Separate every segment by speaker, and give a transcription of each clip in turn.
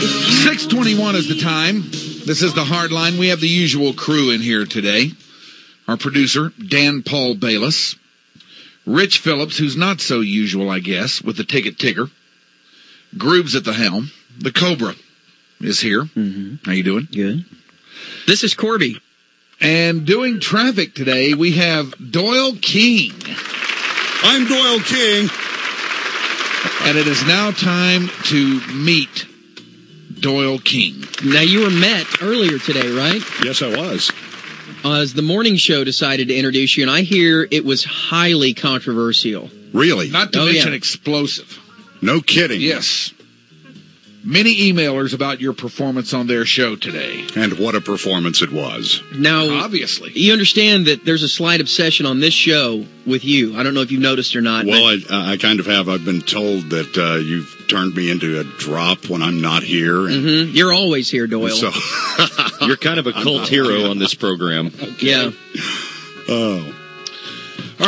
Speaker 1: 621 is the time. This is the hard line. We have the usual crew in here today. Our producer, Dan Paul Bayless. Rich Phillips, who's not so usual, I guess, with the ticket ticker. Grooves at the helm. The Cobra is here.
Speaker 2: Mm-hmm.
Speaker 1: How you doing?
Speaker 2: Good. This is Corby.
Speaker 1: And doing traffic today, we have Doyle King.
Speaker 3: I'm Doyle King.
Speaker 1: And it is now time to meet Doyle King.
Speaker 2: Now you were met earlier today, right?
Speaker 3: Yes, I was.
Speaker 2: Uh, as the morning show decided to introduce you, and I hear it was highly controversial.
Speaker 3: Really?
Speaker 1: Not to
Speaker 2: Oh,
Speaker 1: mention
Speaker 2: yeah.
Speaker 1: explosive.
Speaker 3: no kidding.
Speaker 1: Yes. Many emailers about your performance on their show today.
Speaker 3: And what a performance it was.
Speaker 2: Now
Speaker 1: Obviously.
Speaker 2: you understand that there's a slight obsession on this show with you. I don't know if you've noticed or not.
Speaker 3: Well, I, I kind of have. I've been told that uh, you've turned me into a drop when I'm not here. And
Speaker 2: hmm You're always here, Doyle.
Speaker 3: So,
Speaker 4: Mm-hmm. You're kind of a cult hero on this program.
Speaker 2: Yeah.
Speaker 3: oh,
Speaker 1: All
Speaker 3: I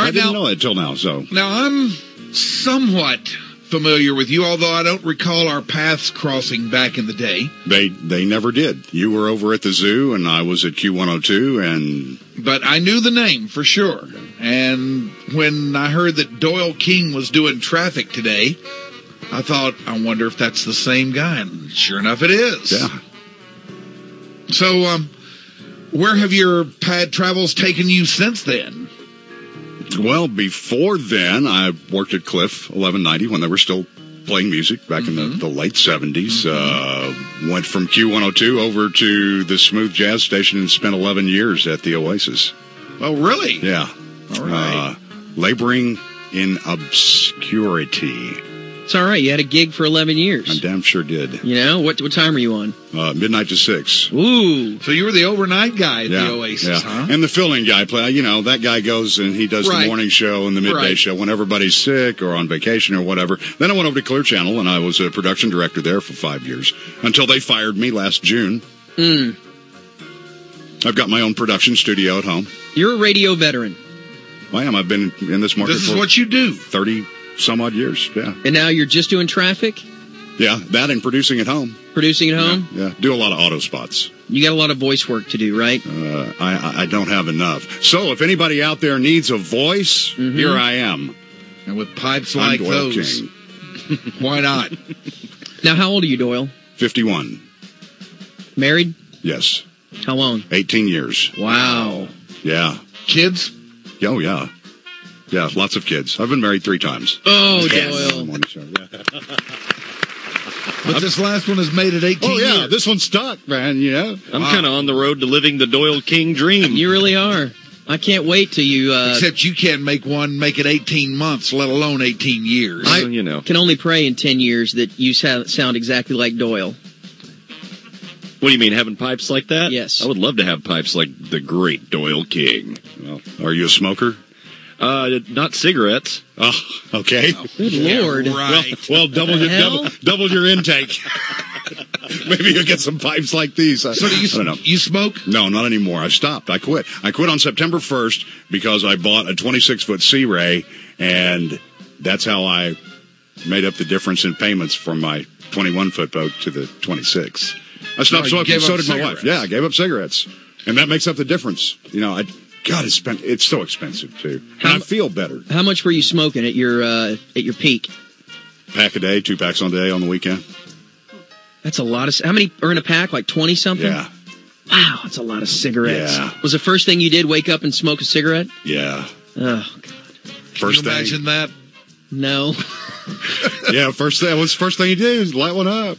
Speaker 1: right,
Speaker 3: didn't
Speaker 1: now,
Speaker 3: know that till now. So,
Speaker 1: now I'm somewhat familiar with you, although I don't recall our paths crossing back in the day.
Speaker 3: They they never did. You were over at the zoo, and I was at Q102, and
Speaker 1: But I knew the name for sure. And when I heard that Doyle King was doing traffic today, I thought, I wonder if that's the same guy. And sure enough, it is.
Speaker 3: yeah,
Speaker 1: So, um, where have your pad travels taken you since then?
Speaker 3: Well, before then, I worked at Cliff 1190 when they were still playing music back in
Speaker 1: Mm-hmm.
Speaker 3: the, the late 70s. Uh, went from Q102 over to the Smooth Jazz Station and spent 11 years at the Oasis.
Speaker 1: Oh, really?
Speaker 3: Yeah.
Speaker 1: All right.
Speaker 3: Uh, laboring in obscurity.
Speaker 2: It's all right. You had a gig for 11
Speaker 3: I
Speaker 2: years.
Speaker 3: damn sure did.
Speaker 2: You know what? What time were you on?
Speaker 3: Uh, midnight to 6.
Speaker 2: Ooh.
Speaker 1: so you were the overnight guy at
Speaker 3: Yeah,
Speaker 1: the Oasis,
Speaker 3: yeah.
Speaker 1: huh?
Speaker 3: And the filling guy play, you know, that guy goes and he does
Speaker 1: Right.
Speaker 3: the morning show and the midday
Speaker 1: Right.
Speaker 3: show when everybody's sick or on vacation or whatever. Then I went over to Clear Channel and I was a production director there for five years until they fired me last June.
Speaker 2: Mm.
Speaker 3: I've got my own production studio at home.
Speaker 2: You're a radio veteran,
Speaker 3: I am. I've been in this market
Speaker 1: This is
Speaker 3: for
Speaker 1: what you do.
Speaker 3: 30 some odd years. Yeah.
Speaker 2: and now you're just doing traffic,
Speaker 3: Yeah. That and producing at home.
Speaker 2: producing at home.
Speaker 3: Yeah. Do a lot of auto spots.
Speaker 2: You got a lot of voice work to do, right?
Speaker 3: Uh, I, I- I don't have enough. So if anybody out there needs a voice,
Speaker 2: Mhm.
Speaker 3: here I am.
Speaker 1: And with pipes
Speaker 3: I'm
Speaker 1: Mm-hmm. like
Speaker 3: Doyle
Speaker 1: those,
Speaker 3: King,
Speaker 1: why not?
Speaker 2: Now, how old are you, Doyle?
Speaker 3: 51.
Speaker 2: Married?
Speaker 3: Yes.
Speaker 2: How long?
Speaker 3: 18 years.
Speaker 2: Wow.
Speaker 3: Yeah.
Speaker 1: Kids?
Speaker 3: Oh, yeah. Yeah, lots of kids. I've been married three times.
Speaker 2: Oh, Doyle.
Speaker 3: Morning show, yeah.
Speaker 1: But this last one is made at 18
Speaker 3: Oh, yeah.
Speaker 1: years.
Speaker 3: This one's stuck, man. You know?
Speaker 4: I'm
Speaker 1: Wow.
Speaker 4: kind of on the road to living the Doyle King dream.
Speaker 2: You really are. I can't wait till you. Uh,
Speaker 1: Except you can't make one make it 18 months, let alone 18 years.
Speaker 4: Well, you know.
Speaker 2: can only pray in 10 years that you sa- sound exactly like Doyle.
Speaker 4: What do you mean, having pipes like that?
Speaker 2: Yes.
Speaker 4: I would love to have pipes like the great Doyle King.
Speaker 3: Well, are you a smoker?
Speaker 4: Uh, not cigarettes.
Speaker 3: Oh, okay.
Speaker 2: Good
Speaker 1: Yeah,
Speaker 2: Lord.
Speaker 1: Right.
Speaker 3: Well, well double,
Speaker 2: The
Speaker 3: your,
Speaker 2: hell?
Speaker 3: double, double your intake. Maybe you'll get some pipes like these. I,
Speaker 1: so do
Speaker 3: I don't know.
Speaker 1: you, you smoke?
Speaker 3: No, not anymore. I stopped. I quit. I quit on September 1st because I bought a 26 foot Sea Ray, and that's how I made up the difference in payments from my 21 foot boat to the 26. I
Speaker 1: No,
Speaker 3: stopped
Speaker 1: you
Speaker 3: smoking.
Speaker 1: gave
Speaker 3: So
Speaker 1: up
Speaker 3: did my wife.
Speaker 1: cigarettes.
Speaker 3: Yeah, I gave up cigarettes, and that makes up the difference. You know, I God, it's spent. It's so expensive too, and
Speaker 2: How
Speaker 3: I
Speaker 2: mu-
Speaker 3: feel better.
Speaker 2: How much were you smoking at your uh, at your peak?
Speaker 3: Pack a day, two packs on a day on the weekend.
Speaker 2: That's a lot of. c- How many are in a pack? Like 20 something?
Speaker 3: Yeah,
Speaker 2: Wow, that's a lot of cigarettes.
Speaker 3: Yeah.
Speaker 2: Was the first thing you did wake up and smoke a cigarette?
Speaker 3: yeah.
Speaker 2: Oh,
Speaker 1: Can
Speaker 3: First
Speaker 1: you
Speaker 3: thing,
Speaker 1: imagine that?
Speaker 2: no.
Speaker 3: yeah, first thing what's the first thing you do is light one up.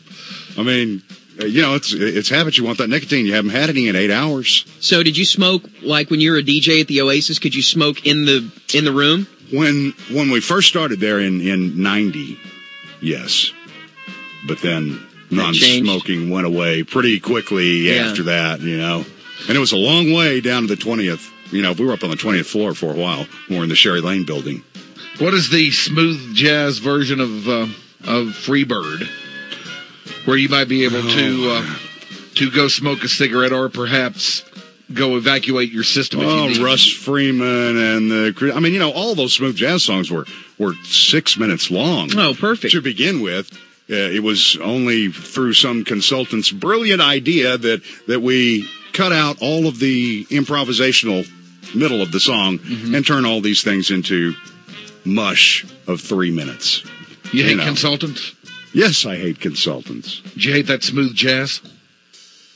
Speaker 3: I mean, uh, you know, it's it's habit. You want that nicotine. You haven't had any in eight hours.
Speaker 2: So did you smoke like when you were a DJ at the Oasis? Could you smoke in the in the room?
Speaker 3: When when we first started there in in ninety, yes, but then
Speaker 2: That changed.
Speaker 3: non-smoking went away pretty quickly
Speaker 2: Yeah.
Speaker 3: after that. You know, and it was a long way down to the twentieth. You know, we were up on the twentieth floor for a while. We were in the Sherry Lane building.
Speaker 1: What is the smooth jazz version of uh, of Freebird, where you might be able
Speaker 3: Oh,
Speaker 1: to uh, to go smoke a cigarette or perhaps go evacuate your system? if you
Speaker 3: Oh,
Speaker 1: need.
Speaker 3: Russ Freeman and the I mean, you know, all those smooth jazz songs were were six minutes long.
Speaker 2: Oh, perfect.
Speaker 3: to begin with. Uh, it was only through some consultant's brilliant idea that that we cut out all of the improvisational middle of the song
Speaker 1: Mm-hmm.
Speaker 3: and turn all these things into mush of three minutes.
Speaker 1: You hate
Speaker 3: know.
Speaker 1: consultants?
Speaker 3: Yes, I hate consultants.
Speaker 1: Do you hate that smooth jazz?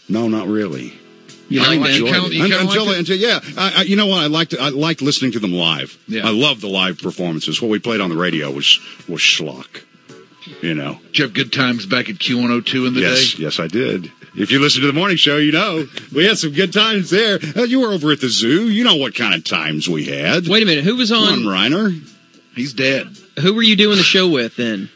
Speaker 3: No, not really.
Speaker 2: You
Speaker 1: I
Speaker 2: like
Speaker 1: like
Speaker 2: that?
Speaker 1: you count- you
Speaker 3: Un-
Speaker 1: kinda
Speaker 3: until
Speaker 1: like it?
Speaker 3: until yeah, I, I, you know what? I liked I liked listening to them live.
Speaker 1: Yeah.
Speaker 3: I love the live performances. What we played on the radio was was schlock. You know.
Speaker 1: Did you have good times back at Q102 in the
Speaker 3: yes,
Speaker 1: day?
Speaker 3: yes, I did. If you listen to the morning show, you know we had some good times there. Uh, you were over at the zoo. You know what kind of times we had.
Speaker 2: Wait a minute. Who was
Speaker 3: Come on,
Speaker 2: on?
Speaker 3: Reiner
Speaker 1: He's dead.
Speaker 2: Who were you doing the show with then?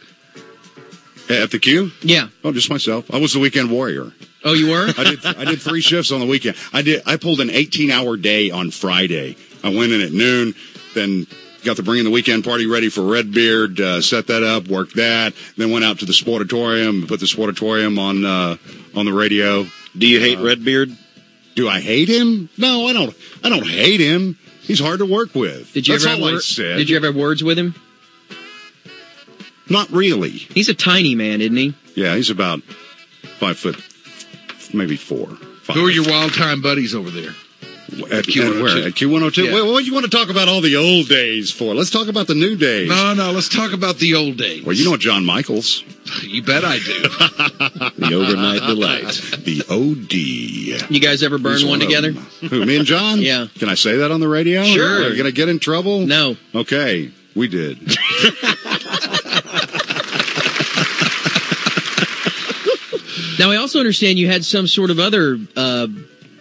Speaker 3: at the queue.
Speaker 2: Yeah.
Speaker 3: Oh, just myself. I was the weekend warrior.
Speaker 2: Oh, you were.
Speaker 3: I did. I did three shifts on the weekend. I did. I pulled an 18-hour day on Friday. I went in at noon, then got to bringing the weekend party ready for Redbeard. Uh, set that up, worked that, then went out to the sportatorium, put the sportatorium on uh, on the radio.
Speaker 4: Do you hate Redbeard?
Speaker 3: Do I hate him? No, I don't. I don't hate him. He's hard to work with.
Speaker 2: Did you
Speaker 3: That's
Speaker 2: ever
Speaker 3: all
Speaker 2: have
Speaker 3: I
Speaker 2: wor-
Speaker 3: said.
Speaker 2: Did you ever have words with him?
Speaker 3: Not really.
Speaker 2: He's a tiny man, isn't he?
Speaker 3: Yeah, he's about five foot, maybe four. Five.
Speaker 1: Who are your wild time buddies over there? Q102.
Speaker 3: At Q102. At Q102.
Speaker 1: Yeah.
Speaker 3: Wait, what do you want to talk about all the old days for? Let's talk about the new days.
Speaker 1: No, no, let's talk about the old days.
Speaker 3: Well, you know John Michaels.
Speaker 1: You bet I do.
Speaker 4: The overnight delight.
Speaker 3: The OD.
Speaker 2: You guys ever burn
Speaker 3: He's
Speaker 2: one
Speaker 3: of
Speaker 2: together?
Speaker 3: them. Who, me and John?
Speaker 2: Yeah.
Speaker 3: Can I say that on the radio?
Speaker 2: Sure.
Speaker 3: Are we going to get in trouble?
Speaker 2: No.
Speaker 3: Okay, we did.
Speaker 2: Now I also understand you had some sort of other uh,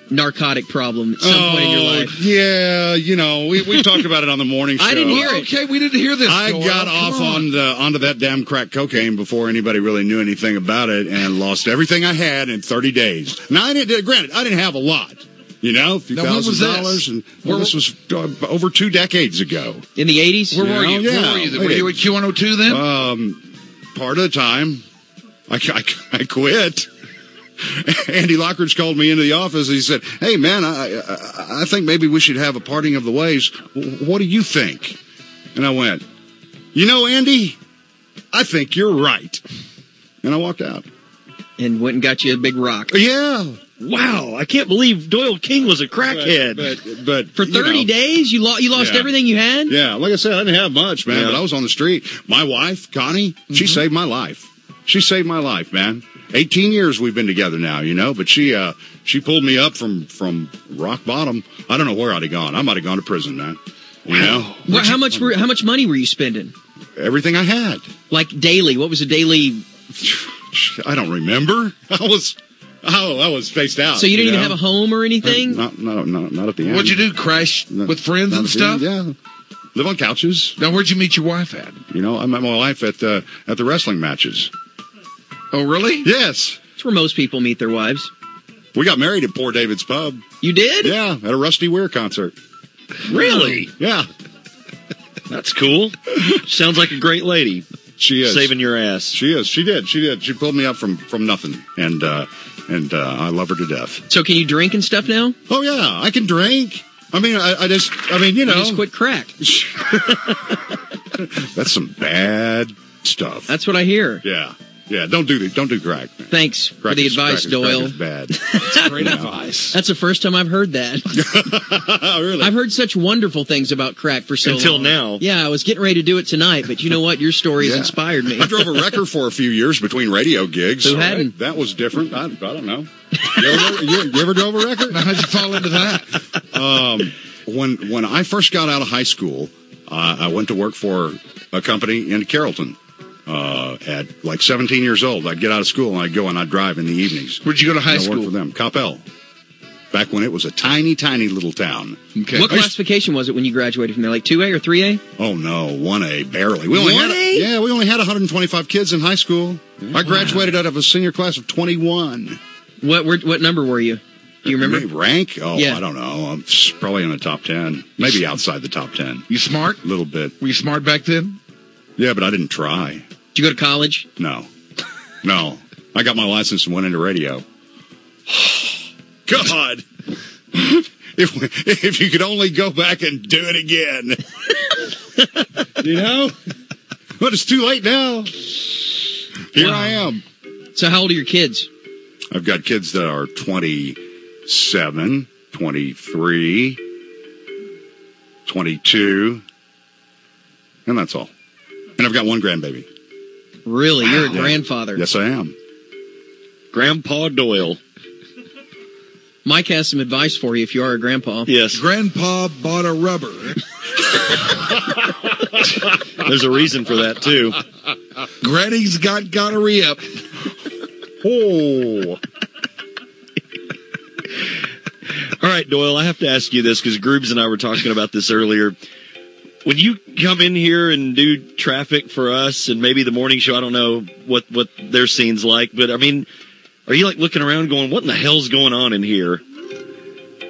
Speaker 2: narcotic problem at some point in your life.
Speaker 3: Oh, yeah, you know, we, we talked about it on the morning show.
Speaker 2: I didn't hear it.
Speaker 1: okay, we didn't hear this.
Speaker 3: I
Speaker 1: Doyle.
Speaker 3: got
Speaker 1: Come
Speaker 3: off on the, onto that damn crack cocaine before anybody really knew anything about it, and lost everything I had in 30 days. Now, I didn't. Granted, I didn't have a lot. You know, a few
Speaker 1: Now, when was
Speaker 3: thousand
Speaker 1: this?
Speaker 3: dollars, and well, this was uh, over two decades ago.
Speaker 2: In the eighties,
Speaker 1: Where were you?
Speaker 3: Yeah,
Speaker 1: Oh, Where were you? Were
Speaker 3: wait.
Speaker 1: you at Q102 then?
Speaker 3: Um, part of the time, I, I, I quit. Andy Lockridge called me into the office. He said, "Hey man, I, I I think maybe we should have a parting of the ways. W- What do you think?" And I went, "You know, Andy, I think you're right." And I walked out.
Speaker 2: and went and got you a big rock
Speaker 3: Yeah,
Speaker 4: Wow, I can't believe Doyle King was a crackhead.
Speaker 3: But, but
Speaker 2: for
Speaker 3: you
Speaker 2: thirty
Speaker 3: know.
Speaker 2: days. You lost. You lost
Speaker 3: Yeah.
Speaker 2: everything you had.
Speaker 3: Yeah, like I said, I didn't have much, man,
Speaker 4: Yeah.
Speaker 3: but I was on the street. My wife, Connie, she saved my life. She saved my life, man. 18 years we've been together now, you know, but she uh she pulled me up from from rock bottom. I don't know where I'd have gone. I might have gone to prison, man. You know,
Speaker 2: Well, how much were how much money were you spending?
Speaker 3: everything I had.
Speaker 2: Like daily? What was a daily?
Speaker 3: I don't remember. I was oh, I was spaced out.
Speaker 2: So you didn't even
Speaker 3: know?
Speaker 2: have a home or anything.
Speaker 3: Not, not, not, not at the end.
Speaker 1: What'd you do? Crash
Speaker 3: Not-
Speaker 1: with friends
Speaker 3: not
Speaker 1: and
Speaker 3: at the
Speaker 1: stuff?
Speaker 3: end, Yeah. Live on couches.
Speaker 1: Now, where'd you meet your wife at?
Speaker 3: You know, I met my wife at uh, at the wrestling matches.
Speaker 1: Oh, really?
Speaker 3: Yes.
Speaker 2: That's where most people meet their wives.
Speaker 3: We got married at Poor David's Pub.
Speaker 2: You did?
Speaker 3: Yeah, at a Rusty Weir concert.
Speaker 4: Really?
Speaker 3: Yeah,
Speaker 4: That's cool. Sounds like a great lady.
Speaker 3: she is.
Speaker 4: Saving your ass.
Speaker 3: She is. She did. She did. She pulled me up from from nothing, and uh and uh I love her to death.
Speaker 2: So can you drink and stuff now?
Speaker 3: Oh yeah, I can drink. I mean, I, I just, I mean, you
Speaker 2: You
Speaker 3: know,
Speaker 2: just quit crack.
Speaker 3: that's some bad stuff.
Speaker 2: That's what I hear.
Speaker 3: yeah, yeah. Don't do the, don't do crack. Man.
Speaker 2: Thanks for
Speaker 3: Crack
Speaker 2: the
Speaker 3: is-
Speaker 2: advice,
Speaker 3: crack is-
Speaker 2: Doyle.
Speaker 3: Crack is
Speaker 1: Great advice.
Speaker 2: That's the first time I've heard that.
Speaker 3: bad. really?
Speaker 2: I've heard such wonderful things about crack for so
Speaker 4: Until
Speaker 2: long.
Speaker 4: now.
Speaker 2: Yeah, I was getting ready to do it tonight, but you know what? Your story has
Speaker 3: Yeah.
Speaker 2: inspired me.
Speaker 3: I drove a wrecker for a few years between radio gigs.
Speaker 2: Who hadn't?
Speaker 3: That was different. I, I don't know. You ever, you, you ever drove a wrecker?
Speaker 1: Now, how'd you fall into that?
Speaker 3: um, when when I first got out of high school, uh, I went to work for a company in Carrollton. Uh, at like 17 years old, I'd get out of school and I'd go and I'd drive in the evenings.
Speaker 1: Where'd you go to high
Speaker 3: And I worked for
Speaker 1: school?
Speaker 3: them, Coppell. Back when it was a tiny, tiny little town.
Speaker 1: Okay.
Speaker 2: What
Speaker 3: I used-
Speaker 2: classification was it when you graduated from there? Like 2A or 3A?
Speaker 3: Oh no, one A barely. We only had
Speaker 2: 1A?
Speaker 3: yeah, we only had 125 kids in high school. I graduated out of a senior class of 21.
Speaker 2: What where, what number were you? Do you remember?
Speaker 3: rank? Oh,
Speaker 2: Yeah.
Speaker 3: I don't know. I'm s- probably in the top 10, maybe outside the top 10,
Speaker 1: You smart?
Speaker 3: a little bit.
Speaker 1: Were you smart back then?
Speaker 3: Yeah, but I didn't try.
Speaker 2: Did you go to college?
Speaker 3: No. No. I got my license and went into radio. God. If, if you could only go back and do it again. you know? But it's too late now. Here
Speaker 2: Wow.
Speaker 3: I am.
Speaker 2: So how old are your kids?
Speaker 3: I've got kids that are 27, 23, 22, and that's all. And I've got one grandbaby.
Speaker 2: Really, you're a
Speaker 3: Wow.
Speaker 2: grandfather.
Speaker 3: Yes, I am.
Speaker 4: Grandpa Doyle.
Speaker 2: Mike has some advice for you if you are a grandpa.
Speaker 4: Yes.
Speaker 1: Grandpa bought a rubber.
Speaker 4: There's a reason for that, too.
Speaker 1: Granny's got gonorrhea.
Speaker 3: Oh,
Speaker 4: All right, Doyle, I have to ask you this because Groobs and I were talking about this earlier. When you come in here and do traffic for us and maybe the morning show, I don't know what, what their scene's like, but I mean, are you like looking around going, what in the hell's going on in here?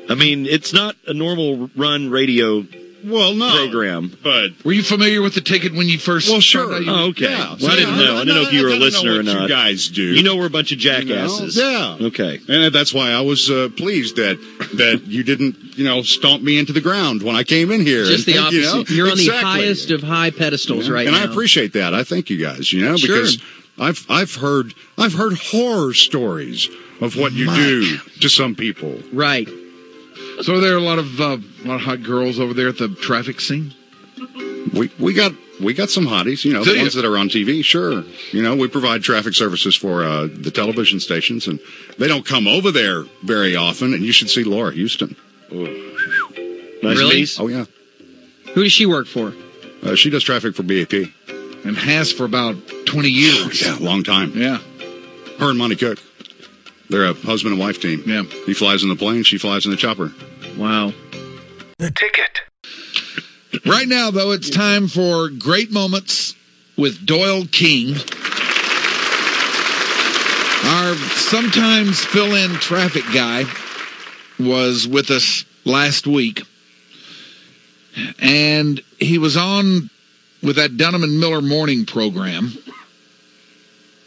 Speaker 4: I mean, it's not a normal run radio
Speaker 3: well, no.
Speaker 4: program.
Speaker 3: But
Speaker 1: Were you familiar with the ticket when you first?
Speaker 3: Well, sure.
Speaker 1: found out you-
Speaker 4: Oh, okay.
Speaker 3: yeah,
Speaker 4: well, I didn't know. I didn't know if you were a listener or
Speaker 3: what
Speaker 4: not.
Speaker 3: You guys do.
Speaker 4: You know, we're a bunch of
Speaker 3: You know?
Speaker 4: jackasses.
Speaker 3: Yeah.
Speaker 4: Okay.
Speaker 3: And that's why I was uh, pleased that that you didn't, you know, stomp me into the ground when I came in here.
Speaker 2: Just the
Speaker 3: And, you know,
Speaker 2: opposite. You are on the
Speaker 3: exactly.
Speaker 2: highest of high pedestals
Speaker 3: Yeah.
Speaker 2: right
Speaker 3: and
Speaker 2: now.
Speaker 3: I appreciate that. I thank you guys. You know,
Speaker 2: Sure.
Speaker 3: because I've I've heard I've heard horror stories of what you do to some people.
Speaker 2: Right.
Speaker 1: So are there a lot of uh, a lot of hot girls over there at the traffic scene?
Speaker 3: We we got we got some hotties. You know,
Speaker 1: Do
Speaker 3: the
Speaker 1: you?
Speaker 3: ones that are on TV. Sure. You know, we provide traffic services for uh, the television stations, and they don't come over there very often. And you should see Laura Houston.
Speaker 4: Nice
Speaker 2: Really?
Speaker 4: piece.
Speaker 3: Oh yeah,
Speaker 2: Who does she work for?
Speaker 3: uh, she does traffic for BAP.
Speaker 1: And has for about twenty years.
Speaker 3: Yeah, long time.
Speaker 1: Yeah.
Speaker 3: Her and Monty Cook. They're a husband and wife team.
Speaker 1: Yeah.
Speaker 3: He flies in the plane, she flies in the chopper.
Speaker 2: Wow.
Speaker 1: Right now, though, it's time for great moments with Doyle King. Our sometimes fill in traffic guy was with us last week, and he was on with that Dunham and Miller morning program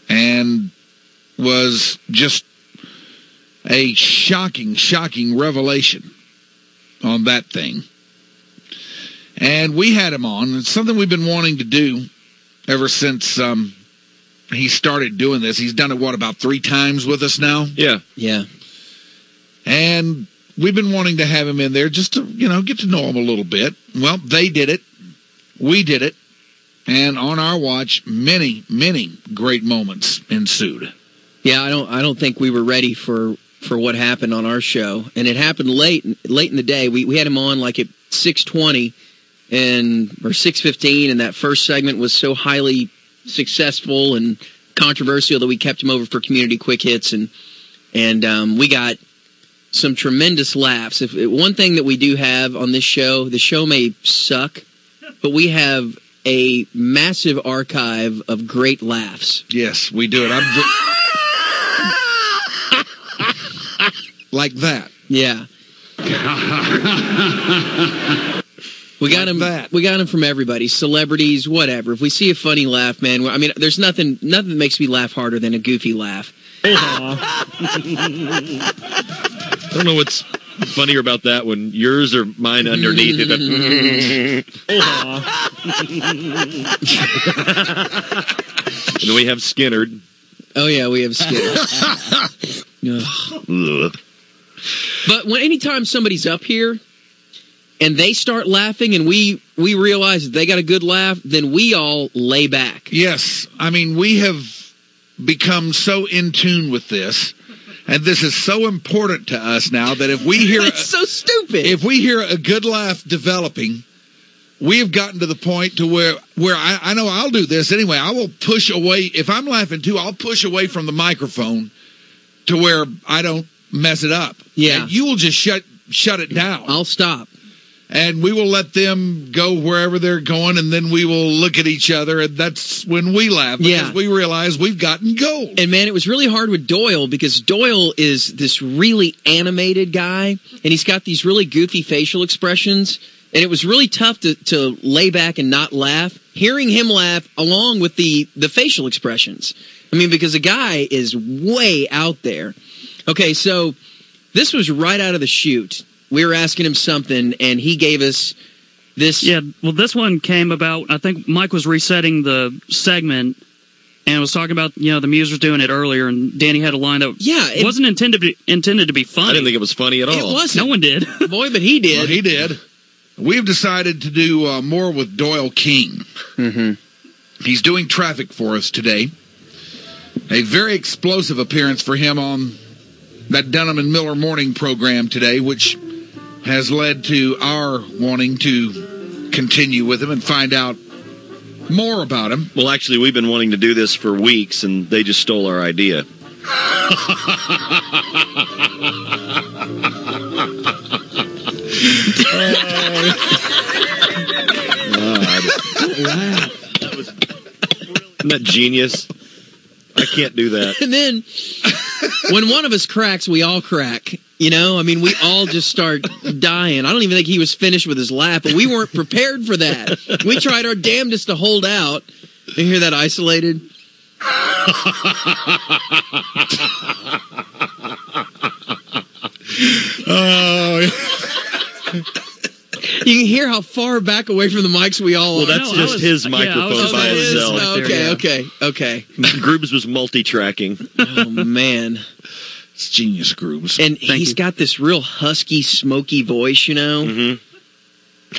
Speaker 1: and was just a shocking, shocking revelation on that thing. And we had him on. It's something we've been wanting to do ever since um, he started doing this. He's done it, what, about three times with us now?
Speaker 4: Yeah.
Speaker 2: Yeah.
Speaker 1: And we've been wanting to have him in there just to, you know, get to know him a little bit. Well, they did it. We did it. And on our watch, many, many great moments ensued.
Speaker 2: Yeah, I don't I don't think we were ready for for what happened on our show. And it happened late late in the day. We we had him on like at 6:20 and or 6:15 and that first segment was so highly successful and controversial that we kept him over for community quick hits and and um, we got some tremendous laughs. If one thing that we do have on this show, the show may suck, but we have a massive archive of great laughs.
Speaker 1: Yes, we do it. I'm dr- like that.
Speaker 2: Yeah. we got him.
Speaker 1: that.
Speaker 2: We got him from everybody, celebrities, whatever. If we see a funny laugh, man, I mean, there's nothing nothing that makes me laugh harder than a goofy laugh.
Speaker 4: I don't know what's funnier about that when yours or mine underneath it. and then we have Skinnerd.
Speaker 2: Oh yeah, we have skills.
Speaker 4: Ugh.
Speaker 2: but when anytime somebody's up here and they start laughing, and we we realize that they got a good laugh, then we all lay back.
Speaker 1: Yes, I mean we have become so in tune with this, and this is so important to us now that if we hear
Speaker 2: It's so stupid.
Speaker 1: if we hear a good laugh developing, we have gotten to the point to where where I, I know I'll do this anyway. I will push away if I'm laughing too. I'll push away from the microphone to where I don't mess it up.
Speaker 2: Yeah. Oh,
Speaker 1: and you will just shut shut it down.
Speaker 2: I'll stop.
Speaker 1: and we will let them go wherever they're going, and then we will look at each other, and that's when we laugh because
Speaker 2: Yeah.
Speaker 1: we realize we've gotten gold.
Speaker 2: And man, it was really hard with Doyle because Doyle is this really animated guy, and he's got these really goofy facial expressions. And it was really tough to, to lay back and not laugh. Hearing him laugh along with the the facial expressions. I mean, because the guy is way out there. Okay, so this was right out of the chute. We were asking him something, and he gave us this.
Speaker 5: Yeah, well, this one came about. I think Mike was resetting the segment, and was talking about you know the Muse was doing it earlier, and Danny had a line that
Speaker 2: Yeah, it,
Speaker 5: wasn't intended to, intended to be funny.
Speaker 4: I didn't think it was funny at all.
Speaker 2: it wasn't.
Speaker 5: no one did.
Speaker 2: Boy, but he did.
Speaker 1: Well, he did. We've decided to do uh, more with Doyle King.
Speaker 2: mm-hmm.
Speaker 1: He's doing traffic for us today. A very explosive appearance for him on that Dunham and Miller morning program today, which has led to our wanting to continue with him and find out more about him.
Speaker 4: Well, actually, we've been wanting to do this for weeks, and they just stole our idea. That was- Isn't that genius? I can't do that.
Speaker 2: And then when one of us cracks, we all crack. You know, I mean, we all just start dying. I don't even think he was finished with his laugh, but we weren't prepared for that. We tried our damnedest to hold out. You hear that isolated? You can hear how far back away from the mics we all
Speaker 4: Well,
Speaker 2: are.
Speaker 4: that's
Speaker 5: No, I
Speaker 4: just
Speaker 5: was-
Speaker 4: his
Speaker 5: yeah, I was
Speaker 4: microphone
Speaker 2: oh,
Speaker 5: just
Speaker 4: by
Speaker 2: that
Speaker 5: gonna
Speaker 2: is-
Speaker 5: say
Speaker 4: itself.
Speaker 2: oh,
Speaker 5: right
Speaker 2: okay,
Speaker 5: there,
Speaker 2: okay, okay.
Speaker 4: Groobs was multi-tracking.
Speaker 2: Oh man,
Speaker 1: It's genius grooves.
Speaker 2: and he's
Speaker 5: Thank you.
Speaker 2: got this real husky, smoky voice. You know.
Speaker 4: Mm-hmm.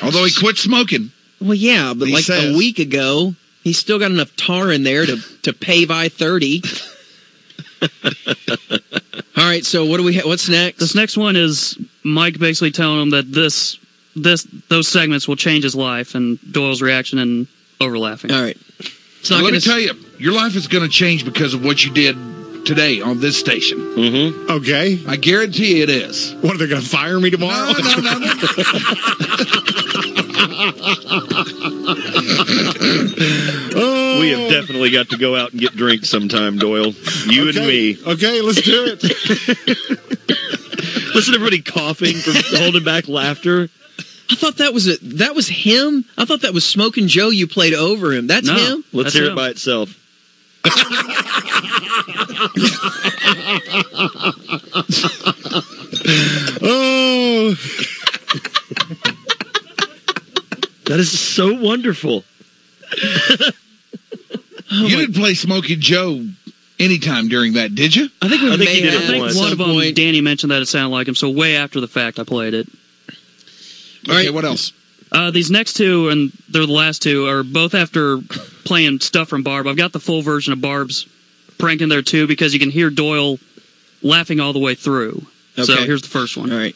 Speaker 1: Although he quit smoking.
Speaker 2: Well, yeah, but
Speaker 1: He
Speaker 2: like
Speaker 1: says.
Speaker 2: a week ago, he's still got enough tar in there to, to pave I thirty. All right, so what do we? Ha- what's next?
Speaker 5: This next one is Mike basically telling him that this this those segments will change his life, and Doyle's reaction and over laughing.
Speaker 2: All right, it's not
Speaker 1: Let
Speaker 2: going
Speaker 1: me
Speaker 2: to.
Speaker 1: tell you, your life is going to change because of what you did today on this station.
Speaker 4: Mm-hmm.
Speaker 3: Okay.
Speaker 1: I guarantee it is.
Speaker 3: What are they going to fire me tomorrow?
Speaker 1: No, Oh, no, no, no.
Speaker 3: Oh.
Speaker 4: We have definitely got to go out and get drinks sometime, Doyle. You and
Speaker 3: Okay.
Speaker 4: me.
Speaker 3: Okay, let's do it.
Speaker 4: Listen, to everybody coughing from holding back laughter.
Speaker 2: I thought that was a that was him. I thought that was Smoking Joe. You played over him. That's
Speaker 5: No.
Speaker 2: him.
Speaker 4: Let's
Speaker 5: That's
Speaker 4: hear it
Speaker 5: him.
Speaker 4: by itself.
Speaker 3: oh.
Speaker 4: That is so wonderful.
Speaker 1: you didn't play Smokey Joe anytime during that, did you?
Speaker 5: I think we
Speaker 4: I think
Speaker 5: may
Speaker 4: he did
Speaker 5: have-
Speaker 4: it
Speaker 5: I think
Speaker 4: once.
Speaker 5: one
Speaker 2: At
Speaker 5: of
Speaker 2: some
Speaker 5: them,
Speaker 2: point.
Speaker 5: Danny mentioned that it sounded like him. So way after the fact, I played it.
Speaker 2: All
Speaker 1: okay,
Speaker 2: right.
Speaker 1: what else?
Speaker 5: Uh, these next two and they're the last two are both after playing stuff from Barb. I've got the full version of Barb's prank in there too because you can hear Doyle laughing all the way through. So
Speaker 2: Okay.
Speaker 5: here's the first one.
Speaker 2: All right,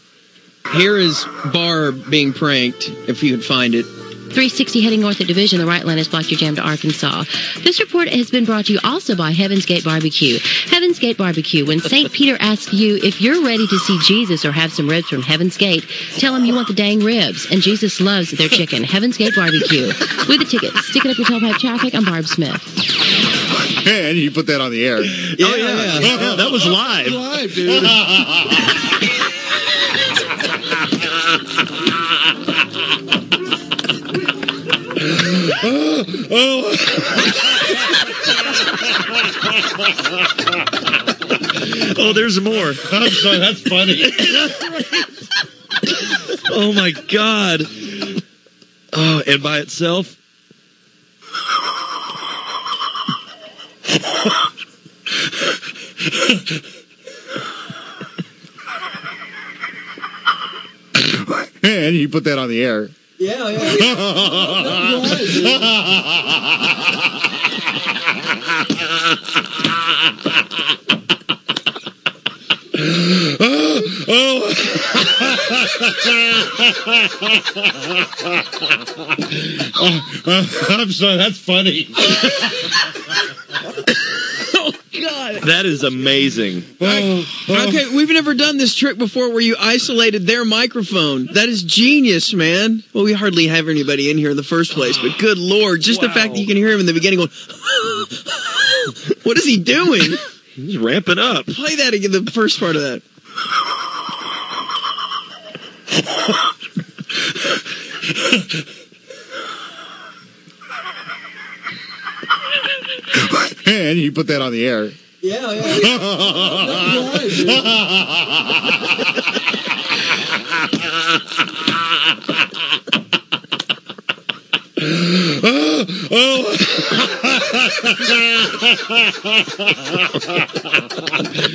Speaker 2: here is Barb being pranked. If you could find it.
Speaker 6: 360 heading north at Division, the right lane is blocked your jam to Arkansas. This report has been brought to you also by Heaven's Gate Barbecue. Heaven's Gate Barbecue, when St. Peter asks you if you're ready to see Jesus or have some ribs from Heaven's Gate, tell him you want the dang ribs, and Jesus loves their chicken. Heaven's Gate Barbecue. With a ticket, stick it up your tailpipe traffic, I'm Barb Smith.
Speaker 3: And you put that on the air.
Speaker 4: oh, yeah. Yeah, That was live.
Speaker 1: Live, dude.
Speaker 4: Oh, there's more.
Speaker 3: I'm sorry, that's funny.
Speaker 4: Oh, my God. Oh, and by itself?
Speaker 3: And you put that on the air.
Speaker 2: Yeah, yeah.
Speaker 3: Oh, Oh, I'm sorry, that's funny.
Speaker 4: That is amazing.
Speaker 3: Oh,
Speaker 2: Okay, we've never done this trick before where you isolated their microphone. That is genius, man. Well, we hardly have anybody in here in the first place, but good lord, just the fact that you can hear him in the beginning going, what is he doing?
Speaker 4: He's ramping up.
Speaker 2: Play that again, the first part of that.
Speaker 3: And you put that on the air.
Speaker 2: Yeah, yeah.
Speaker 3: Oh.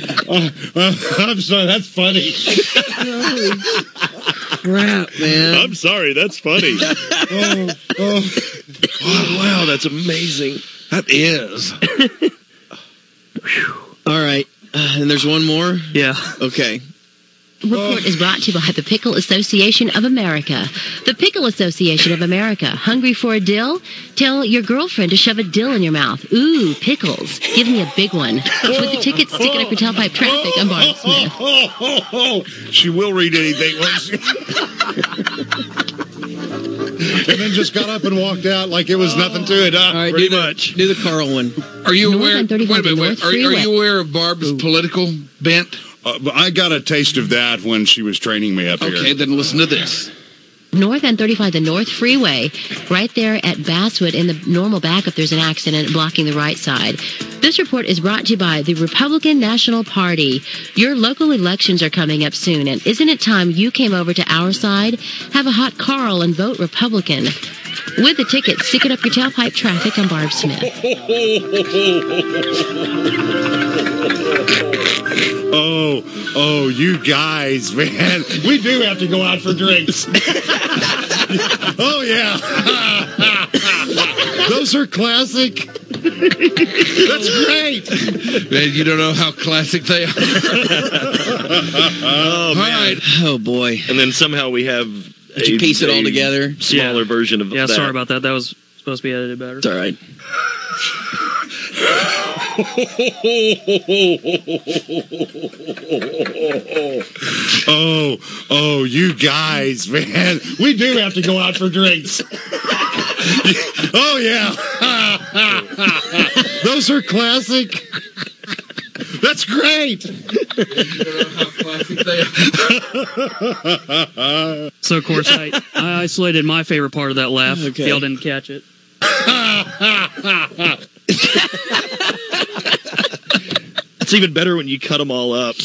Speaker 7: I'm sorry, that's funny.
Speaker 2: Crap, man.
Speaker 4: I'm sorry, that's funny.
Speaker 7: Oh, oh.
Speaker 4: wow, that's amazing.
Speaker 1: That is.
Speaker 2: All right. Uh, and there's one more.
Speaker 5: Yeah.
Speaker 2: Okay.
Speaker 6: report is brought to you by the Pickle Association of America. The Pickle Association of America. Hungry for a dill? Tell your girlfriend to shove a dill in your mouth. Ooh, pickles. Give me a big one. With the tickets sticking up your tailpipe traffic, I'm Barb Smith.
Speaker 7: Oh,
Speaker 3: She will read anything. won't she?
Speaker 7: and then just got up and walked out like it was nothing to it. Ah,
Speaker 2: All right. do
Speaker 7: pretty
Speaker 2: the,
Speaker 7: much.
Speaker 2: Do the Carl one.
Speaker 1: Are you
Speaker 6: North
Speaker 1: aware?
Speaker 6: on
Speaker 1: Wait a
Speaker 6: 35
Speaker 1: minute.
Speaker 6: North
Speaker 1: wait, are, are
Speaker 6: Freeway.
Speaker 1: you aware of Barb's political bent?
Speaker 3: Uh, but I got a taste of that when she was training me up
Speaker 1: Okay,
Speaker 3: here.
Speaker 1: then listen to this.
Speaker 6: North on 35, the North Freeway, right there at Basswood in the normal backup, there's an accident blocking the right side. This report is brought to you by the Republican National Party. Your local elections are coming up soon, and isn't it time you came over to our side? Have a hot Carl and vote Republican. With the ticket, stick it up your tailpipe traffic on Barb Smith.
Speaker 3: Oh, oh, you guys, man.
Speaker 7: We do have to go out for drinks.
Speaker 3: Oh, yeah.
Speaker 7: Those are classic. That's great.
Speaker 1: Man, you don't know how classic they are.
Speaker 4: Oh,
Speaker 1: All
Speaker 4: man.
Speaker 1: right.
Speaker 2: Oh boy.
Speaker 4: And then somehow we have
Speaker 2: Did you piece it all together?
Speaker 4: Smaller
Speaker 5: Yeah.
Speaker 4: version of
Speaker 5: Yeah,
Speaker 4: that.
Speaker 5: sorry about that. That was supposed to be edited better.
Speaker 2: It's all right.
Speaker 3: Oh, oh, you guys, man.
Speaker 7: We do have to go out for drinks.
Speaker 3: Oh, yeah.
Speaker 7: Those are classic. That's great.
Speaker 5: So of course I, I isolated my favorite part of that laugh.
Speaker 2: Okay.
Speaker 5: Y'all didn't catch it.
Speaker 4: It's even better when you cut them all up.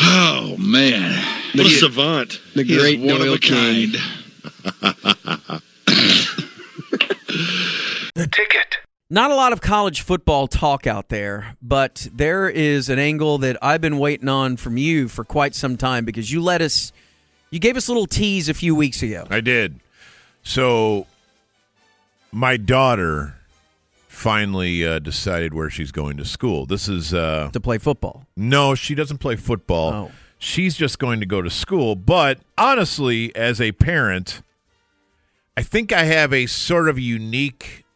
Speaker 1: Oh man,
Speaker 4: What a savant.
Speaker 2: The
Speaker 1: He is
Speaker 2: great
Speaker 1: one
Speaker 2: Doyle
Speaker 1: of a kind.
Speaker 2: King.
Speaker 8: Not a lot of college football talk out there, but there is an angle that I've been waiting on from you for quite some time because you let us, you gave us a little tease a few weeks ago.
Speaker 9: I did. So my daughter finally uh, decided where she's going to school. This is uh,
Speaker 8: to play football.
Speaker 9: no, she doesn't play football.
Speaker 8: Oh.
Speaker 9: She's just going to go to school. But honestly, as a parent, I think I have a sort of unique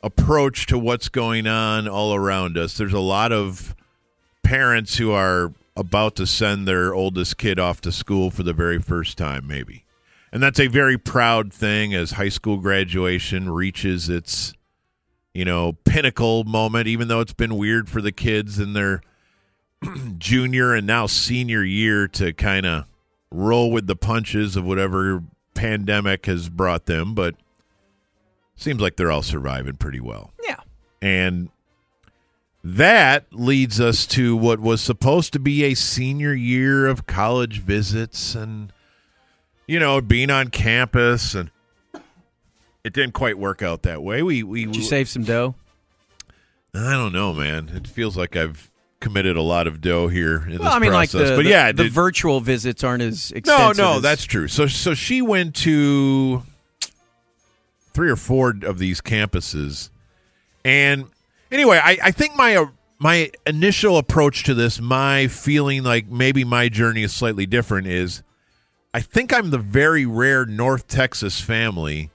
Speaker 9: approach to what's going on all around us. There's a lot of parents who are about to send their oldest kid off to school for the very first time, maybe. And that's a very proud thing as high school graduation reaches its, you know, pinnacle moment, even though it's been weird for the kids in their junior and now senior year to kind of roll with the punches of whatever pandemic has brought them, but seems like they're all surviving pretty well.
Speaker 8: Yeah.
Speaker 9: And that leads us to what was supposed to be a senior year of college visits and, you know, being on campus and. It didn't quite work out that way. We we
Speaker 8: Did you save some dough?
Speaker 9: I don't know, man. It feels like I've committed a lot of dough here in
Speaker 8: Well,
Speaker 9: this
Speaker 8: I mean,
Speaker 9: process.
Speaker 8: like the,
Speaker 9: but
Speaker 8: the-
Speaker 9: yeah, it
Speaker 8: the,
Speaker 9: did-
Speaker 8: virtual visits aren't as
Speaker 9: no,
Speaker 8: extensive.
Speaker 9: no,
Speaker 8: as-
Speaker 9: that's true. So, so she went to three or four of these campuses, and anyway, I, I think my uh, my initial approach to this, my feeling like maybe my journey is slightly different, is I think I'm the very rare North Texas family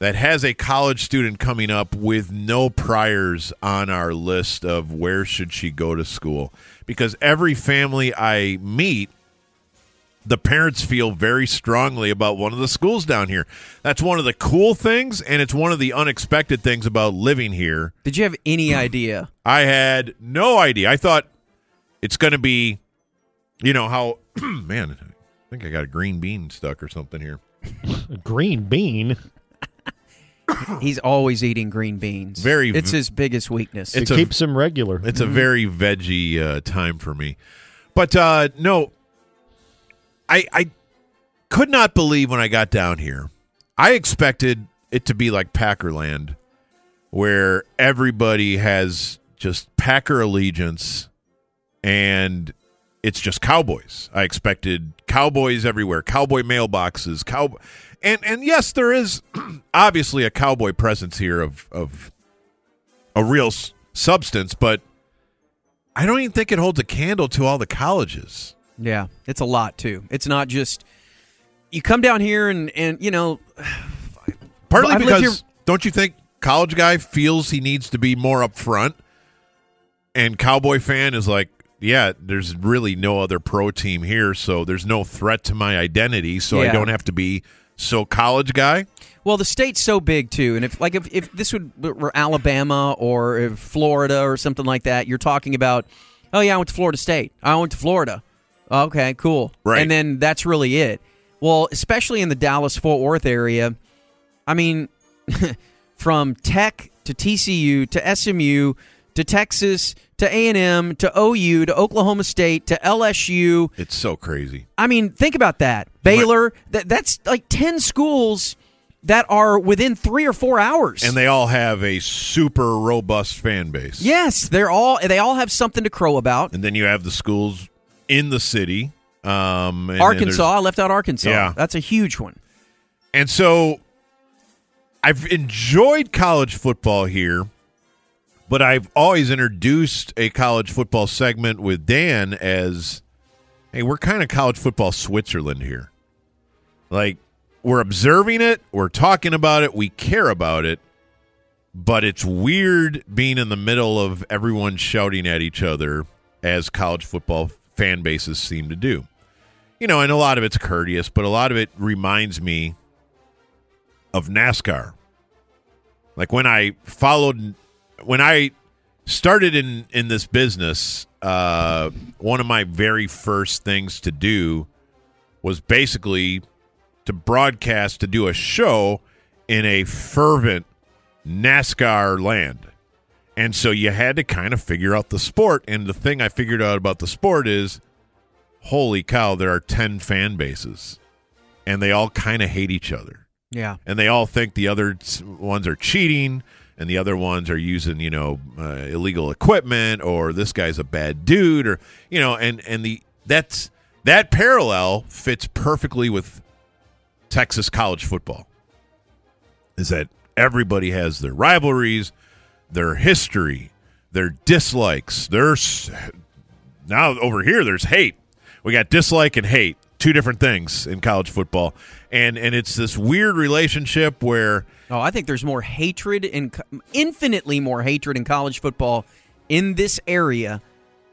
Speaker 9: that has a college student coming up with no priors on our list of where should she go to school because every family I meet the parents feel very strongly about one of the schools down here. That's one of the cool things and it's one of the unexpected things about living here
Speaker 8: Did you have any idea?
Speaker 9: I had no idea. I thought it's going to be, you know, how, man, I think I got a green bean stuck or something here.
Speaker 7: Green bean.
Speaker 8: He's always eating green beans.
Speaker 9: Very v-
Speaker 8: It's his biggest weakness.
Speaker 9: It's a,
Speaker 7: him regular.
Speaker 9: it's a very veggie uh, time for me. But uh, no, I, I, could not believe when I got down here. I expected it to be like Packerland, where everybody has just Packer allegiance and it's just cowboys. I expected cowboys everywhere, cowboy mailboxes, cow and and yes, there is obviously a cowboy presence here of of a real s- substance, but I don't even think it holds a candle to all the colleges.
Speaker 8: Yeah, it's a lot too. It's not just you come down here and and you know
Speaker 9: Partly
Speaker 8: I've lived
Speaker 9: because
Speaker 8: here-
Speaker 9: don't you think college guy feels he needs to be more upfront, and cowboy fan is like, yeah, there's really no other pro team here, so there's no threat to my identity, so I
Speaker 8: Yeah.
Speaker 9: don't have to be so college guy.
Speaker 8: Well, the state's so big too, and if like if, if this would were Alabama or if Florida or something like that, you're talking about, oh yeah, I went to Florida State. I went to Florida. Okay, cool.
Speaker 9: Right.
Speaker 8: and then that's really it. Well, especially in the Dallas Fort Worth area, I mean, from Tech to TCU to SMU to Texas to A and M to OU to Oklahoma State to LSU.
Speaker 9: It's so crazy.
Speaker 8: I mean, think about that. Baylor, that, that's like 10 schools that are within three or four hours.
Speaker 9: And they all have a super robust fan base.
Speaker 8: yes, they're all, they all have something to crow about.
Speaker 9: And then you have the schools in the city. Um, and then there's-
Speaker 8: Arkansas, I left out Arkansas.
Speaker 9: Yeah.
Speaker 8: That's a huge one.
Speaker 9: And so I've enjoyed college football here, but I've always introduced a college football segment with Dan as hey, we're kind of college football Switzerland here. Like we're observing it, we're talking about it, we care about it, but it's weird being in the middle of everyone shouting at each other as college football fan bases seem to do. You know, and a lot of it's courteous, but a lot of it reminds me of NASCAR. Like when I followed, when I started in in this business, uh, one of my very first things to do was basically to broadcast to do a show in a fervent NASCAR land. And so you had to kind of figure out the sport. And the thing I figured out about the sport is holy cow, there are 10 fan bases, and they all kind of hate each other
Speaker 8: Yeah.
Speaker 9: and they all think the other s- ones are cheating and the other ones are using you know uh, illegal equipment or this guy's a bad dude or you know and and the that's that parallel fits perfectly with Texas college football is that everybody has their rivalries their history their dislikes their s- now over here there's hate we got dislike and hate two different things in college football and and it's this weird relationship where
Speaker 8: Oh, I think there's more hatred in, co- infinitely more hatred in college football in this area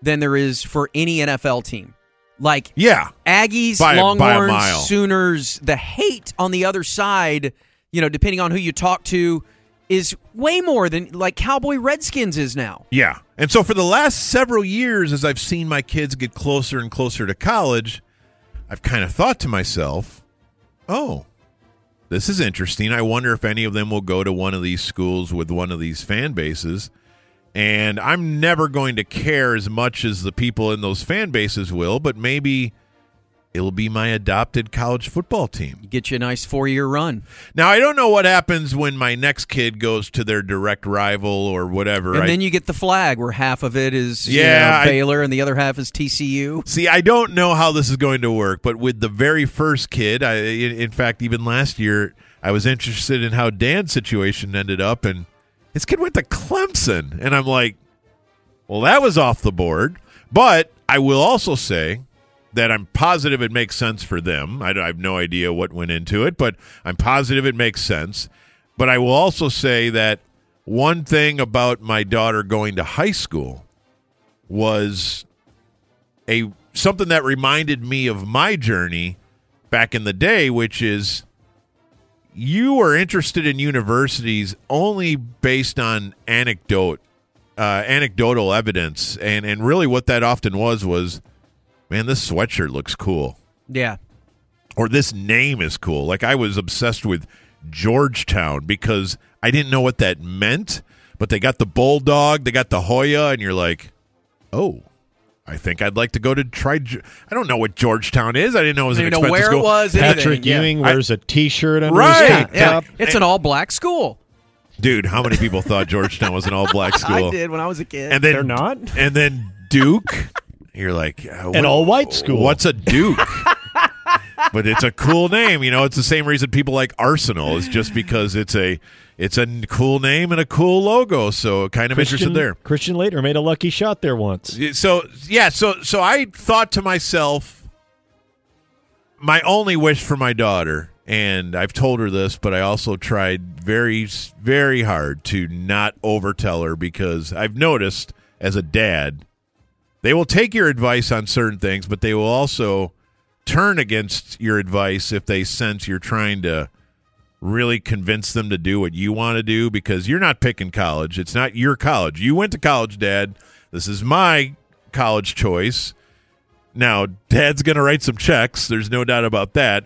Speaker 8: than there is for any NFL team. Like,
Speaker 9: yeah
Speaker 8: Aggies,
Speaker 9: By- by a
Speaker 8: Longhorns,
Speaker 9: mile.
Speaker 8: Sooners, the hate on the other side, you know, depending on who you talk to, is way more than like Cowboy Redskins is now.
Speaker 9: Yeah. And so for the last several years, as I've seen my kids get closer and closer to college, I've kind of thought to myself, oh, this is interesting. I wonder if any of them will go to one of these schools with one of these fan bases. And I'm never going to care as much as the people in those fan bases will, but maybe it'll be my adopted college football team.
Speaker 8: Get you a nice four year run.
Speaker 9: Now, I don't know what happens when my next kid goes to their direct rival or whatever.
Speaker 8: And
Speaker 9: I-
Speaker 8: then you get the flag where half of it is you
Speaker 9: Yeah,
Speaker 8: know,
Speaker 9: I-
Speaker 8: Baylor and the other half is TCU.
Speaker 9: See, I don't know how this is going to work, but with the very first kid, I in, in fact even last year I was interested in how Dan's situation ended up and his kid went to Clemson and I'm like, well that was off the board, but I will also say that I'm positive it makes sense for them. I, don't- I have no idea what went into it, but I'm positive it makes sense. But I will also say that one thing about my daughter going to high school was a something that reminded me of my journey back in the day, which is you are interested in universities only based on anecdote, uh, anecdotal evidence, and and really what that often was was, man, this sweatshirt looks cool,
Speaker 8: Yeah.
Speaker 9: or this name is cool. Like I was obsessed with Georgetown because I didn't know what that meant, but they got the bulldog, they got the Hoya, and you're like, oh. I I think I'd like to go to try. Ge- I don't know what Georgetown is. I didn't know it was
Speaker 8: I
Speaker 9: an
Speaker 8: don't even
Speaker 9: expensive
Speaker 8: know where
Speaker 9: school.
Speaker 8: it was.
Speaker 10: Patrick
Speaker 8: anything. Yeah.
Speaker 10: Ewing
Speaker 9: I-
Speaker 10: wears a T-shirt under
Speaker 9: Right.
Speaker 10: his tank
Speaker 8: Yeah.
Speaker 10: top.
Speaker 8: It's an all black school.
Speaker 9: Dude, how many people thought Georgetown was an all-black school?
Speaker 8: I did when I was a kid.
Speaker 9: And then
Speaker 10: They're not.
Speaker 9: And then Duke. You're like uh, what-
Speaker 10: An all-white school.
Speaker 9: What's a Duke? but it's a cool name. You know, it's the same reason people like Arsenal is just because it's a it's a n- cool name and a cool logo. So kind of interested there.
Speaker 10: Christian Laettner made a lucky shot there once.
Speaker 9: So yeah, so so I thought to myself, my only wish for my daughter, and I've told her this, but I also tried very very hard to not overtell her because I've noticed as a dad, they will take your advice on certain things, but they will also turn against your advice if they sense you're trying to really convince them to do what you want to do because you're not picking college. It's not your college. You went to college, Dad. This is my college choice. Now, Dad's going to write some checks. There's no doubt about that.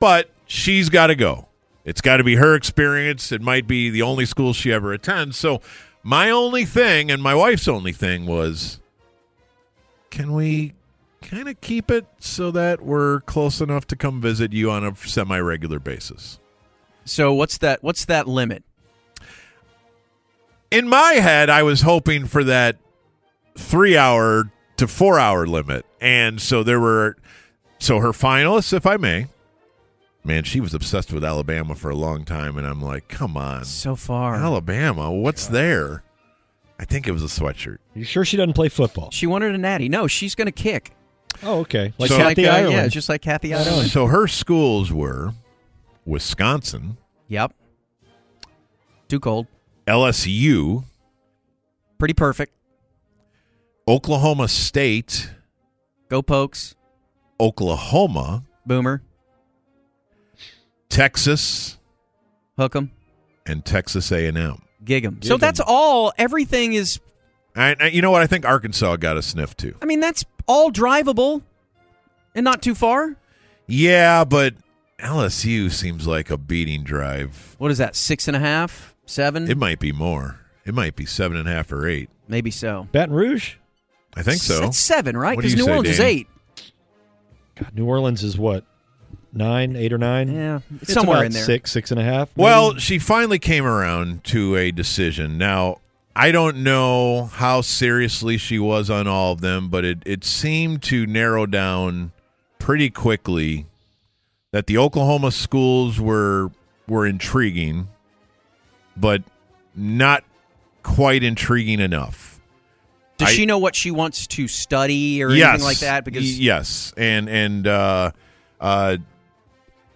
Speaker 9: But she's got to go. It's got to be her experience. It might be the only school she ever attends. So, my only thing and my wife's only thing was can we kind of keep it so that we're close enough to come visit you on a semi regular basis?
Speaker 8: So what's that? What's that limit?
Speaker 9: in my head, I was hoping for that three hour to four hour limit. And so there were, so her finalists, if I may, man, she was obsessed with Alabama for a long time. And I'm like, come on,
Speaker 8: So far,
Speaker 9: Alabama, what's there? I think it was a sweatshirt.
Speaker 10: You sure she doesn't play football?
Speaker 8: she wanted a natty. No, she's going to kick.
Speaker 10: Oh, okay. Like
Speaker 9: So-
Speaker 10: so,
Speaker 8: like,
Speaker 10: Kathy
Speaker 8: uh,
Speaker 10: Ireland.
Speaker 8: Yeah, just like Kathy Ireland.
Speaker 9: So her schools were Wisconsin,
Speaker 8: Yep. Too cold.
Speaker 9: LSU,
Speaker 8: Pretty perfect.
Speaker 9: Oklahoma State,
Speaker 8: Go pokes.
Speaker 9: Oklahoma,
Speaker 8: Boomer.
Speaker 9: Texas,
Speaker 8: Hook 'em.
Speaker 9: and Texas A&M.
Speaker 8: Gig 'em. So
Speaker 10: Gig 'em.
Speaker 8: that's all. Everything is.
Speaker 9: I, I- you know what? I think Arkansas got a sniff too.
Speaker 8: I mean, that's all drivable, and not too far.
Speaker 9: Yeah, but LSU seems like a beating drive.
Speaker 8: What is that? Six and a half, seven,
Speaker 9: It might be more. It might be seven and a half or eight.
Speaker 8: maybe so.
Speaker 10: Baton Rouge.
Speaker 9: I think so.
Speaker 8: That's seven, right?
Speaker 9: What do
Speaker 8: Because
Speaker 9: you
Speaker 8: New
Speaker 9: say,
Speaker 8: Orleans is
Speaker 9: Dan?
Speaker 8: eight.
Speaker 10: God, New Orleans is what nine, eight or nine?
Speaker 8: Yeah,
Speaker 10: It's
Speaker 8: somewhere
Speaker 10: about
Speaker 8: in there.
Speaker 10: Six, six and a half. maybe.
Speaker 9: Well, she finally came around to a decision. Now, I don't know how seriously she was on all of them, but it, it seemed to narrow down pretty quickly that the Oklahoma schools were were intriguing, but not quite intriguing enough.
Speaker 8: Does
Speaker 9: I-
Speaker 8: she know what she wants to study or anything like that?
Speaker 9: Y-
Speaker 8: Because
Speaker 9: yes, and and uh, uh,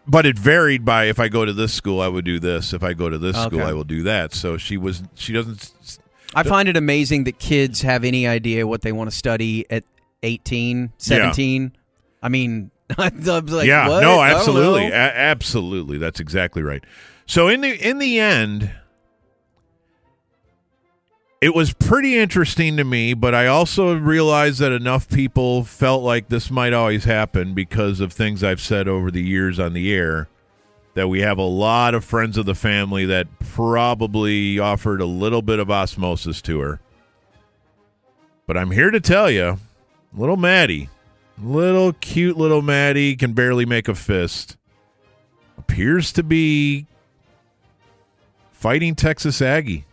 Speaker 9: but it varied by if I go to this school, I would do this. If I go to this school,
Speaker 8: Okay.
Speaker 9: I will do that. So she was she doesn't. s- s-
Speaker 8: I find it amazing that kids have any idea what they want to study at 18, 17. I mean, I was like,
Speaker 9: yeah,
Speaker 8: what? Oh,
Speaker 9: no,
Speaker 8: I don't
Speaker 9: absolutely,
Speaker 8: know.
Speaker 9: A- absolutely. That's exactly right. So in the in the end. It was pretty interesting to me, but I also realized that enough people felt like this might always happen because of things I've said over the years on the air. that we have a lot of friends of the family that probably offered a little bit of osmosis to her. But I'm here to tell you, little Maddie, little cute little Maddie can barely make a fist, appears to be fighting Texas Aggie.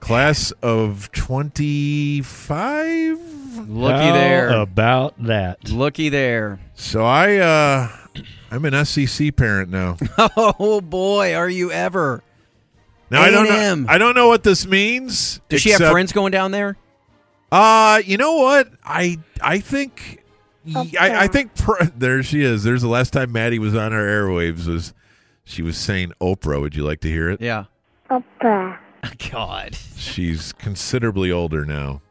Speaker 9: Class of 25?
Speaker 8: Looky
Speaker 10: How
Speaker 8: there.
Speaker 10: About that.
Speaker 8: Looky there.
Speaker 9: So I uh I'm an SEC parent now.
Speaker 8: Oh, boy, are you ever.
Speaker 9: Now I don't
Speaker 8: A&M.
Speaker 9: know. I don't know what this means.
Speaker 8: Does she have
Speaker 9: except-
Speaker 8: friends going down there?
Speaker 9: Uh, you know what? I I think I, I think pr- there she is. There's the last time Maddie was on our airwaves was she was saying Oprah. Would you like to hear it?
Speaker 8: Yeah.
Speaker 9: She's considerably older now.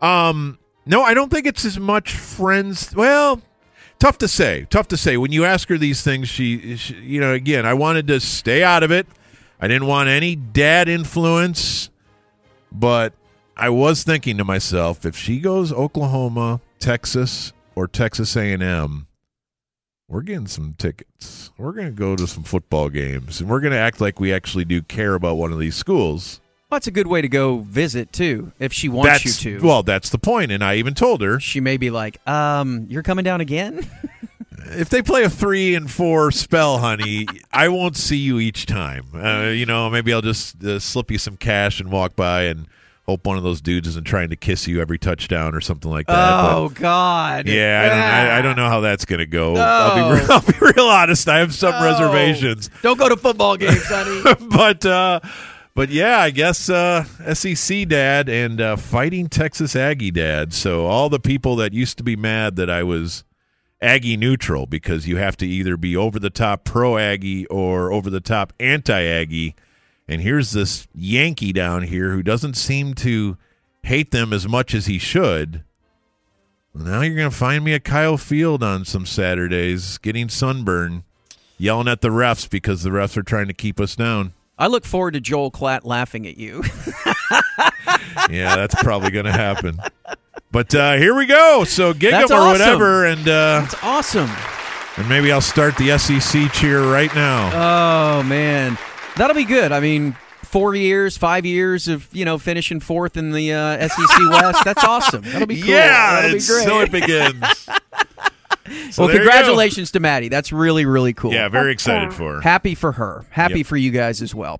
Speaker 9: Um, no, I don't think it's as much friends. Well, tough to say. Tough to say. When you ask her these things, she, she you know, again, I wanted to stay out of it. I didn't want any dad influence, but I was thinking to myself, if she goes Oklahoma, Texas, or Texas A&M, we're getting some tickets. We're going to go to some football games, and we're going to act like we actually do care about one of these schools.
Speaker 8: Well, that's a good way to go visit too. If she wants
Speaker 9: that's,
Speaker 8: you to,
Speaker 9: Well, that's the point, and I even told her
Speaker 8: she may be like, um, "You're coming down again."
Speaker 9: if they play a three and four spell, honey, I won't see you each time. Uh, you know, maybe I'll just uh, slip you some cash and walk by and hope one of those dudes isn't trying to kiss you every touchdown or something like that.
Speaker 8: oh God.
Speaker 9: But, yeah, I don't, I, I don't know how that's gonna go. I'll, be
Speaker 8: No.
Speaker 9: real, I'll be real honest. I have some
Speaker 8: No.
Speaker 9: reservations,
Speaker 8: Don't go to football games, honey.
Speaker 9: but. uh but yeah, I guess uh, SEC dad and uh, fighting Texas Aggie dad. So all the people that used to be mad that I was Aggie neutral because you have to either be over the top pro Aggie or over the top anti Aggie. And here's this Yankee down here who doesn't seem to hate them as much as he should. Now you're going to find me at Kyle Field on some Saturdays getting sunburn, yelling at the refs because the refs are trying to keep us down.
Speaker 8: I look forward to Joel Klatt laughing at you.
Speaker 9: yeah, that's probably going to happen. But uh, here we go. So gig 'em
Speaker 8: That's
Speaker 9: or
Speaker 8: awesome.
Speaker 9: whatever, and uh,
Speaker 8: That's awesome.
Speaker 9: and maybe I'll start the SEC cheer right now.
Speaker 8: Oh man, that'll be good. I mean, four years, five years of you know finishing fourth in the uh, SEC West. That's awesome. That'll be cool.
Speaker 9: Yeah,
Speaker 8: That'll be
Speaker 9: it's-
Speaker 8: great.
Speaker 9: so it begins. So
Speaker 8: well,
Speaker 9: there you go.
Speaker 8: congratulations to Maddie. That's really really cool.
Speaker 9: Yeah, very excited for her.
Speaker 8: Happy for her. Happy
Speaker 9: Yep.
Speaker 8: for you guys as well.